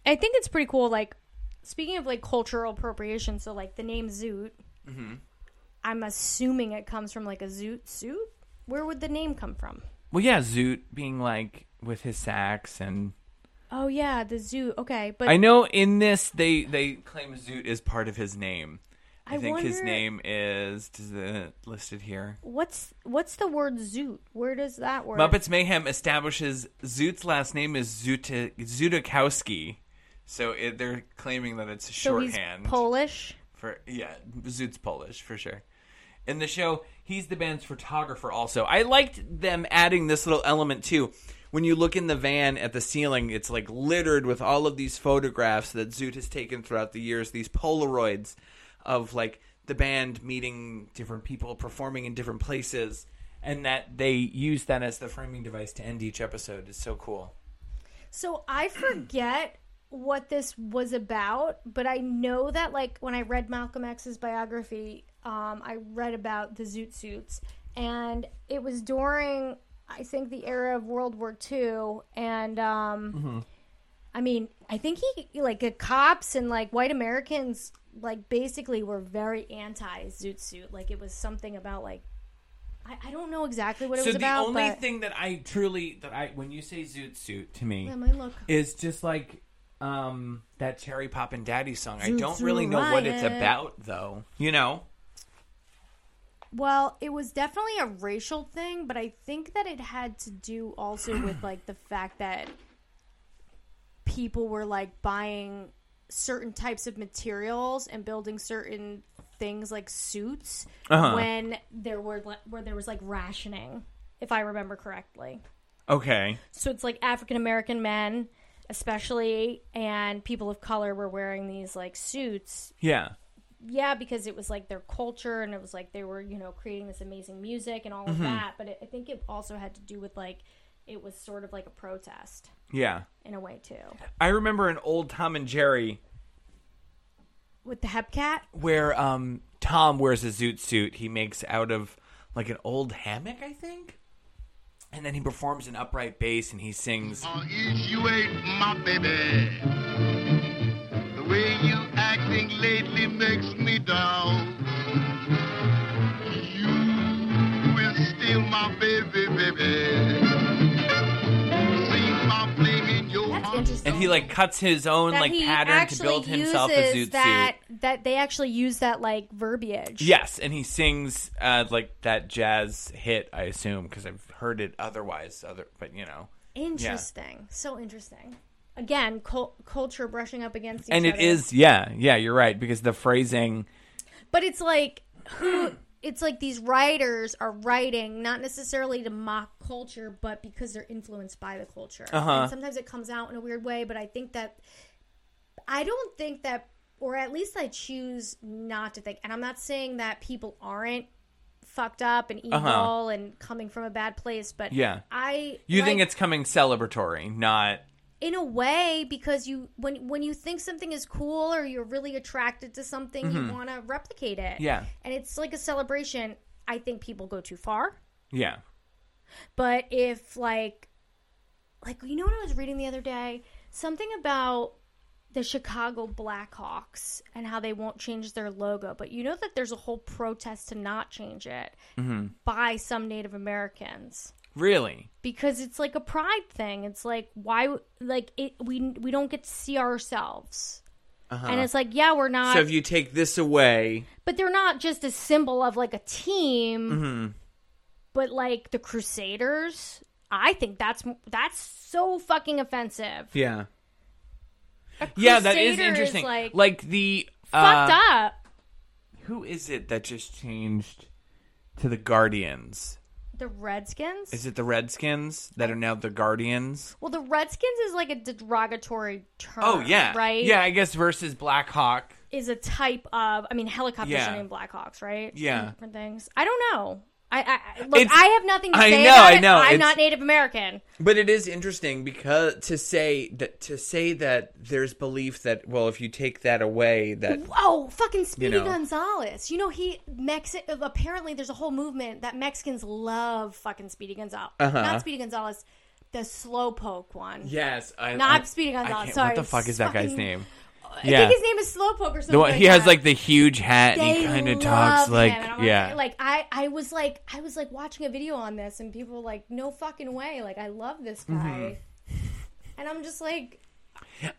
Speaker 2: I think it's pretty cool. Like, speaking of like cultural appropriation, so like the name Zoot,
Speaker 3: Mm-hmm.
Speaker 2: I'm assuming it comes from like a Zoot suit. Where would the name come from?
Speaker 3: Well, yeah, Zoot being like with his sax and
Speaker 2: Oh yeah, the Zoot. Okay, but
Speaker 3: I know in this they they claim Zoot is part of his name. I,
Speaker 2: I
Speaker 3: think his
Speaker 2: wonder-
Speaker 3: name is does it listed here.
Speaker 2: what's what's the word Zoot? Where does that word?
Speaker 3: Muppets Mayhem establishes Zoot's last name is Zoot Zootakowski. So it, they're claiming that it's
Speaker 2: so he's
Speaker 3: shorthand
Speaker 2: Polish.
Speaker 3: for yeah, Zoot's Polish for sure. In the show, he's the band's photographer also. I liked them adding this little element too. When you look in the van at the ceiling, it's like littered with all of these photographs that Zoot has taken throughout the years, these Polaroids of like the band meeting different people, performing in different places, and that they use that as the framing device to end each episode is so cool.
Speaker 2: So I forget what this was about, but I know that like when I read Malcolm X's biography, um, I read about the Zoot suits, and it was during I think the era of World War II, and um,
Speaker 3: Mm-hmm.
Speaker 2: I mean I think he like the cops and like white Americans like basically were very anti Zoot suit, like it was something about like. I I don't know exactly what it
Speaker 3: So
Speaker 2: was
Speaker 3: the
Speaker 2: about.
Speaker 3: only
Speaker 2: but...
Speaker 3: thing that I truly that I when you say Zoot Suit to me,
Speaker 2: Yeah, my look.
Speaker 3: is just like um that cherry pop and daddy song. I don't really know what it's
Speaker 2: Riot.
Speaker 3: about though. You know?
Speaker 2: Well, it was definitely a racial thing, but I think that it had to do also with like the fact that people were like buying certain types of materials and building certain things like suits
Speaker 3: Uh-huh.
Speaker 2: when there were like, where there was like rationing, if I remember correctly.
Speaker 3: Okay.
Speaker 2: So it's like African American men, especially, and people of color were wearing these like suits
Speaker 3: Yeah.
Speaker 2: yeah, because it was like their culture and it was like they were, you know, creating this amazing music and all
Speaker 3: Mm-hmm.
Speaker 2: of that. But it, I think it also had to do with like it was sort of like a protest
Speaker 3: Yeah.
Speaker 2: in a way too.
Speaker 3: I remember an old Tom and Jerry
Speaker 2: With the Hepcat?
Speaker 3: where um Tom wears a zoot suit he makes out of like an old hammock, I think. And then he performs an upright bass and he sings
Speaker 5: I'll eat you ate my baby. The way you acting lately makes me down. You will steal my baby, baby. See my flame in your
Speaker 2: That's
Speaker 5: heart.
Speaker 2: interesting.
Speaker 3: and he like cuts his own
Speaker 2: That
Speaker 3: like
Speaker 2: he
Speaker 3: pattern to
Speaker 2: actually
Speaker 3: build himself a
Speaker 2: uses
Speaker 3: zoot
Speaker 2: that,
Speaker 3: suit.
Speaker 2: That they actually use that like verbiage.
Speaker 3: Yes, and he sings uh, like that jazz hit, I assume, because I've heard it otherwise. Other, but you know,
Speaker 2: Interesting. So interesting. Again, cul- culture brushing up against each
Speaker 3: and it
Speaker 2: other.
Speaker 3: is, yeah, yeah, you're right because the phrasing,
Speaker 2: But it's like who it's like these writers are writing not necessarily to mock culture, but because they're influenced by the culture.
Speaker 3: Uh-huh.
Speaker 2: And sometimes it comes out in a weird way, but I think that I don't think that or at least I choose not to think. And I'm not saying that people aren't fucked up and evil and coming from a bad place, but
Speaker 3: Uh-huh. Yeah.
Speaker 2: I
Speaker 3: you think
Speaker 2: like-
Speaker 3: it's coming celebratory, not
Speaker 2: in a way because you when when you think something is cool or you're really attracted to something you want to replicate it
Speaker 3: Mm-hmm. Yeah.
Speaker 2: and it's like a celebration i think people go too far
Speaker 3: yeah,
Speaker 2: but if like like you know what i was reading the other day something about the Chicago Blackhawks and how they won't change their logo, but you know that there's a whole protest to not change it
Speaker 3: Mm-hmm.
Speaker 2: by some Native Americans
Speaker 3: Really?
Speaker 2: because it's like a pride thing. It's like why w- like it we we don't get to see ourselves.
Speaker 3: Uh-huh.
Speaker 2: And it's like yeah, we're not
Speaker 3: so if you take this away,
Speaker 2: but they're not just a symbol of like a team,
Speaker 3: mhm.
Speaker 2: but like the Crusaders. I think that's that's so fucking offensive.
Speaker 3: yeah,
Speaker 2: A
Speaker 3: yeah, that is
Speaker 2: Crusader
Speaker 3: interesting.
Speaker 2: like,
Speaker 3: like, the
Speaker 2: fucked
Speaker 3: uh,
Speaker 2: up.
Speaker 3: Who is it that just changed to the Guardians?
Speaker 2: The Redskins.
Speaker 3: Is it the Redskins that are now the Guardians?
Speaker 2: well, the Redskins is like a derogatory term.
Speaker 3: Oh yeah,
Speaker 2: Uh, right.
Speaker 3: Yeah, I guess versus Black Hawk.
Speaker 2: is a type of. I mean, helicopters
Speaker 3: Yeah.
Speaker 2: are named Blackhawks, right?
Speaker 3: Yeah.
Speaker 2: Different things. I don't know. I, I I- look.
Speaker 3: It's-
Speaker 2: I have nothing to
Speaker 3: I
Speaker 2: say
Speaker 3: know,
Speaker 2: about
Speaker 3: I
Speaker 2: it.
Speaker 3: know,
Speaker 2: I'm
Speaker 3: it's-
Speaker 2: not Native American.
Speaker 3: But it is interesting because to say that to say that there's belief that well, if you take that away, that
Speaker 2: Whoa, Oh, fucking Speedy
Speaker 3: know.
Speaker 2: Gonzalez. You know, he Mexi- apparently there's a whole movement that Mexicans love fucking Speedy Gonzalez.
Speaker 3: Uh-huh.
Speaker 2: Not Speedy Gonzalez, the slowpoke one.
Speaker 3: yes, I,
Speaker 2: Not
Speaker 3: I-
Speaker 2: Speedy
Speaker 3: I
Speaker 2: Gonzalez,
Speaker 3: can't-
Speaker 2: sorry,
Speaker 3: what the fuck
Speaker 2: it's
Speaker 3: is that guy's
Speaker 2: fucking-
Speaker 3: name?
Speaker 2: I
Speaker 3: Yeah,
Speaker 2: think his name is Slowpoke or something.
Speaker 3: the one,
Speaker 2: like
Speaker 3: he has
Speaker 2: that.
Speaker 3: like the huge hat and he
Speaker 2: They
Speaker 3: kind of
Speaker 2: love
Speaker 3: talks
Speaker 2: him,
Speaker 3: like
Speaker 2: and I'm
Speaker 3: yeah,
Speaker 2: like I, I was like, I was like watching a video on this, and people were like, "No fucking way!" Like, I love this
Speaker 3: Mm-hmm.
Speaker 2: guy, and I'm just like,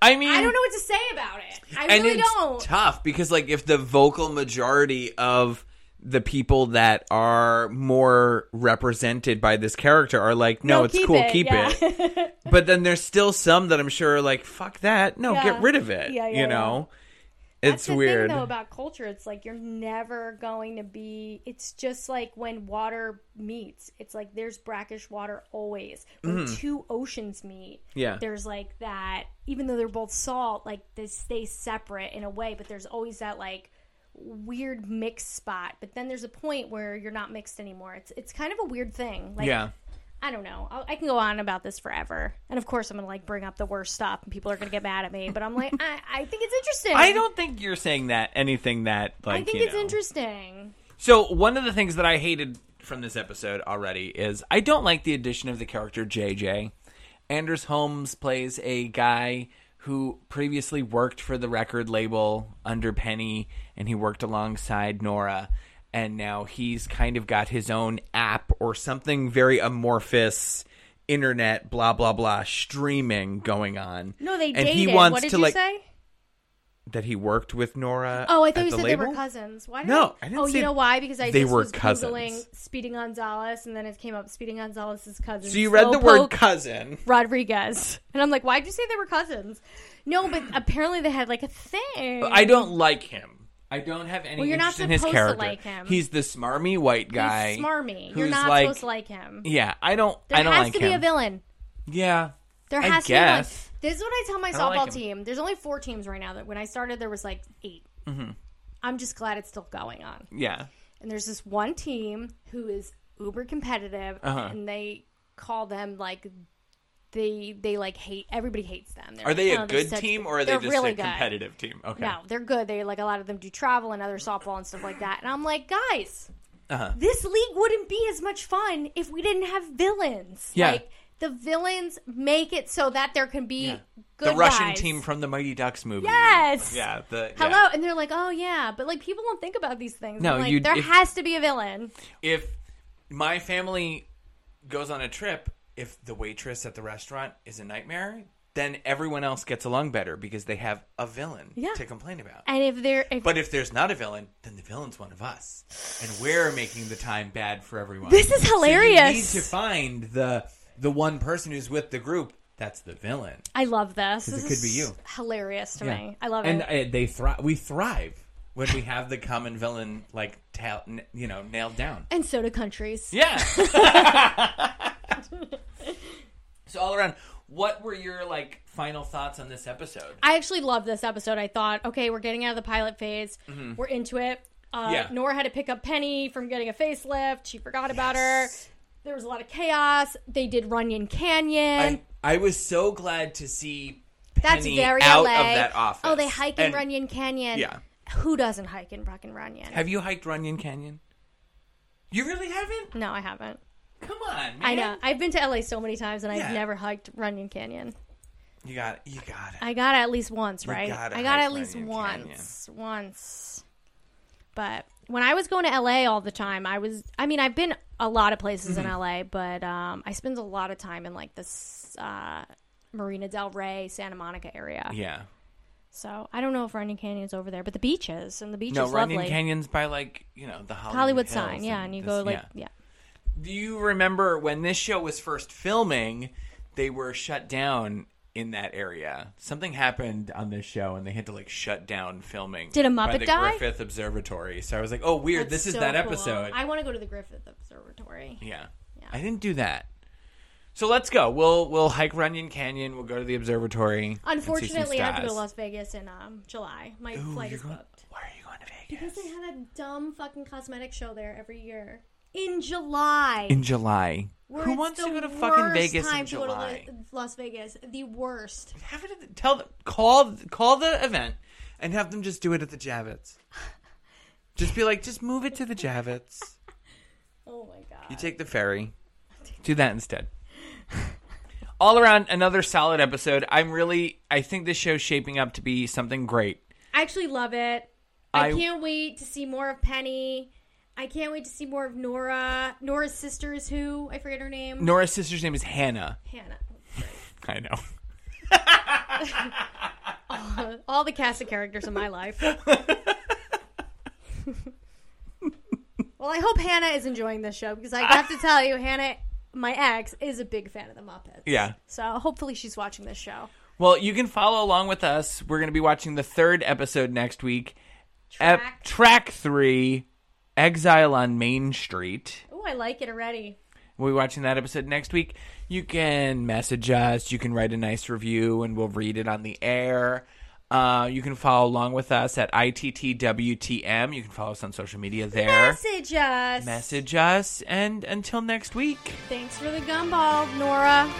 Speaker 3: I mean,
Speaker 2: I don't know what to say about it. I
Speaker 3: Mm. and
Speaker 2: really
Speaker 3: it's
Speaker 2: don't.
Speaker 3: tough because like if the vocal majority of the people that are more represented by this character are like, no, it's
Speaker 2: keep
Speaker 3: cool, keep
Speaker 2: yeah.
Speaker 3: it. but then there's still some that I'm sure are like, fuck that. No,
Speaker 2: Yeah.
Speaker 3: get rid of it.
Speaker 2: Yeah, yeah,
Speaker 3: you know? It's
Speaker 2: That's the
Speaker 3: weird.
Speaker 2: thing, though, about culture. It's like you're never going to be. It's just like when water meets. It's like there's brackish water always. When two oceans meet,
Speaker 3: Mm-hmm. Yeah.
Speaker 2: there's like that. Even though they're both salt, like they stay separate in a way, but there's always that like weird mixed spot. But then there's a point where you're not mixed anymore. It's it's kind of a weird thing. Like,
Speaker 3: yeah.
Speaker 2: I don't know. I'll, I can go on about this forever, and of course I'm gonna like bring up the worst stuff, and people are gonna get mad at me. But I'm like, I, I think it's interesting.
Speaker 3: I don't think you're saying that anything that like
Speaker 2: I think
Speaker 3: you
Speaker 2: it's
Speaker 3: know.
Speaker 2: interesting.
Speaker 3: So one of the things that I hated from this episode already is I don't like the addition of the character JJ. Anders Holmes plays a guy who previously worked for the record label under Penny and he worked alongside Nora and now he's kind of got his own app or something very amorphous internet blah blah blah streaming going on.
Speaker 2: No, they
Speaker 3: and
Speaker 2: dated.
Speaker 3: he wants
Speaker 2: what did
Speaker 3: to
Speaker 2: you
Speaker 3: like
Speaker 2: say?
Speaker 3: that he worked with Nora.
Speaker 2: Oh, I
Speaker 3: at
Speaker 2: thought you
Speaker 3: the
Speaker 2: said
Speaker 3: label?
Speaker 2: they were cousins. Why? Did
Speaker 3: No,
Speaker 2: I,
Speaker 3: I didn't
Speaker 2: oh,
Speaker 3: say-
Speaker 2: you know why? Because I
Speaker 3: They
Speaker 2: just
Speaker 3: were
Speaker 2: was
Speaker 3: cousins.
Speaker 2: googling Speedy Gonzalez, and then it came up Speedy Gonzalez's cousin.
Speaker 3: So you read the word
Speaker 2: Slowpoke
Speaker 3: cousin.
Speaker 2: Rodriguez, and I'm like, why'd you say they were cousins? No, but apparently they had like a thing.
Speaker 3: I don't like him. I don't have any
Speaker 2: Mm. Well, you're
Speaker 3: interest
Speaker 2: not
Speaker 3: in his
Speaker 2: supposed to
Speaker 3: character.
Speaker 2: like him.
Speaker 3: He's the smarmy white
Speaker 2: He's
Speaker 3: guy.
Speaker 2: smarmy. You're
Speaker 3: who's
Speaker 2: not
Speaker 3: like-
Speaker 2: supposed to like him.
Speaker 3: Yeah, I don't.
Speaker 2: There
Speaker 3: I don't
Speaker 2: has
Speaker 3: like
Speaker 2: to
Speaker 3: him.
Speaker 2: be a villain.
Speaker 3: Yeah,
Speaker 2: There
Speaker 3: I
Speaker 2: has
Speaker 3: guess.
Speaker 2: to be one. This is what I tell my
Speaker 3: I don't like
Speaker 2: softball
Speaker 3: him.
Speaker 2: team. There's only four teams right now. That when I started, there was like 8 i
Speaker 3: Mm-hmm.
Speaker 2: I'm just glad it's still going on.
Speaker 3: Yeah,
Speaker 2: And there's this one team who is uber competitive,
Speaker 3: Uh-huh.
Speaker 2: and they call them like they they like hate everybody hates them. They're
Speaker 3: are they
Speaker 2: like,
Speaker 3: a
Speaker 2: "Oh, they're
Speaker 3: good
Speaker 2: such-
Speaker 3: team or are they
Speaker 2: they're
Speaker 3: just
Speaker 2: really
Speaker 3: a
Speaker 2: good."
Speaker 3: competitive team? Okay.
Speaker 2: No, they're good. They like a lot of them do travel and other softball and stuff like that. And I'm like, guys,
Speaker 3: Uh-huh.
Speaker 2: this league wouldn't be as much fun if we didn't have villains.
Speaker 3: Yeah.
Speaker 2: Like the villains make it so that there can be
Speaker 3: Yeah.
Speaker 2: good
Speaker 3: the Russian
Speaker 2: guys.
Speaker 3: team from the Mighty Ducks movie.
Speaker 2: Yes.
Speaker 3: Yeah. The yeah.
Speaker 2: Hello, and they're like, "Oh yeah," but like people don't think about these things.
Speaker 3: No,
Speaker 2: I'm like,
Speaker 3: you-
Speaker 2: there
Speaker 3: if-
Speaker 2: has to be a villain.
Speaker 3: If my family goes on a trip, if the waitress at the restaurant is a nightmare, then everyone else gets along better because they have a villain
Speaker 2: Yeah.
Speaker 3: to complain about.
Speaker 2: And if they're if
Speaker 3: But if there's not a villain, then the villain's one of us, and we're making the time bad for everyone.
Speaker 2: This is
Speaker 3: So you need
Speaker 2: hilarious.
Speaker 3: to find the the one person who's with the group. That's the villain,
Speaker 2: I love this.
Speaker 3: 'Cause
Speaker 2: This
Speaker 3: it could be
Speaker 2: is
Speaker 3: you.
Speaker 2: Hilarious to me. I love
Speaker 3: and
Speaker 2: it.
Speaker 3: uh, they thrive. We thrive when we have the common villain like ta- n- you know nailed down.
Speaker 2: and soda countries.
Speaker 3: Yeah. so all around, what were your like final thoughts on this episode?
Speaker 2: I actually love this episode. I thought, okay, we're getting out of the pilot phase. We're into it. Uh,
Speaker 3: Mm-hmm. Yeah.
Speaker 2: Nora had to pick up Penny from getting a facelift. She forgot about her. There was a lot of chaos. They did Runyon Canyon.
Speaker 3: I, I was so glad to see
Speaker 2: That's
Speaker 3: Penny
Speaker 2: very
Speaker 3: out
Speaker 2: LA.
Speaker 3: of that office.
Speaker 2: Oh, they hike in
Speaker 3: And-
Speaker 2: Runyon Canyon.
Speaker 3: Yeah.
Speaker 2: Who doesn't hike in fucking Runyon?
Speaker 3: Have you hiked Runyon Canyon? You really haven't?
Speaker 2: no, I haven't.
Speaker 3: Come on, man.
Speaker 2: I know. I've been to LA so many times and
Speaker 3: Yeah.
Speaker 2: I've never hiked Runyon Canyon.
Speaker 3: You got you got it.
Speaker 2: I got it at least once,
Speaker 3: You
Speaker 2: right?
Speaker 3: gotta
Speaker 2: I got it
Speaker 3: hike
Speaker 2: at least
Speaker 3: Runyon Canyon.
Speaker 2: once. Once. But when I was going to LA all the time, I was I mean, I've been a lot of places in
Speaker 3: Mm-hmm.
Speaker 11: Mhm.
Speaker 2: LA, but um I spend a lot of time in like this uh Marina Del Rey, Santa Monica area.
Speaker 3: Yeah.
Speaker 2: So I don't know if Runyon Canyon's over there, but the beaches and the beach
Speaker 3: no,
Speaker 2: is
Speaker 3: Runyon
Speaker 2: lovely.
Speaker 3: Canyon's by like you know the Hollywood,
Speaker 2: Hollywood
Speaker 3: Hills
Speaker 2: sign, yeah, and you
Speaker 3: this-
Speaker 2: go like yeah.
Speaker 3: Do you remember when this show was first filming? They were shut down in that area. Something happened on this show, and they had to like shut down filming.
Speaker 2: Did a
Speaker 3: by
Speaker 2: Muppet
Speaker 3: the
Speaker 2: die?
Speaker 3: Griffith Observatory. So I was like, oh, weird.
Speaker 2: That's
Speaker 3: this is
Speaker 2: so
Speaker 3: that
Speaker 2: cool.
Speaker 3: episode.
Speaker 2: I want to go to the Griffith Observatory.
Speaker 3: Yeah. I didn't do that. So let's go. We'll we'll hike Runyon Canyon. We'll go to the observatory. and see some
Speaker 2: Unfortunately, I have to go to
Speaker 3: stars.
Speaker 2: Las Vegas in um, July. My
Speaker 3: Ooh,
Speaker 2: flight
Speaker 3: you're
Speaker 2: is
Speaker 3: going-
Speaker 2: booked. Why are you going to Vegas? Because they have a dumb fucking cosmetic show there every year in July.
Speaker 3: in July.
Speaker 2: Where
Speaker 3: Who
Speaker 2: it's
Speaker 3: wants
Speaker 2: the
Speaker 3: to go to fucking
Speaker 2: worst
Speaker 3: Vegas in
Speaker 2: time to go to
Speaker 3: July?
Speaker 2: La- Las Vegas, the worst.
Speaker 3: Tell them call call the event and have them just do it at the Javits. Just be like, just move it to the Javits.
Speaker 2: Oh my god.
Speaker 3: You take the ferry. Do that instead. All around, another solid episode. I'm really, I think this show's shaping up to be something great.
Speaker 2: I actually love it. I,
Speaker 3: I-
Speaker 2: can't wait to see more of Penny. I can't wait to see more of Nora. Nora's sister is who? I forget her name.
Speaker 3: Nora's sister's name is Hannah.
Speaker 2: Hannah.
Speaker 3: I know.
Speaker 2: all, all the cast of characters in my life. well, I hope Hannah is enjoying this show because I have to tell you, Hannah, my ex, is a big fan of the Muppets.
Speaker 3: Yeah.
Speaker 2: So hopefully she's watching this show.
Speaker 3: Well, you can follow along with us. We're going to be watching the third episode next week. Ep- track three, Exile on Main Street.
Speaker 2: Oh, I like it already.
Speaker 3: We'll be watching that episode next week. You can message us. You can write a nice review, and we'll read it on the air. Uh, you can follow along with us at ITTWTM. You can follow us on social media there.
Speaker 2: Message us.
Speaker 3: Message us. And until next week.
Speaker 2: Thanks for the gumball, Nora.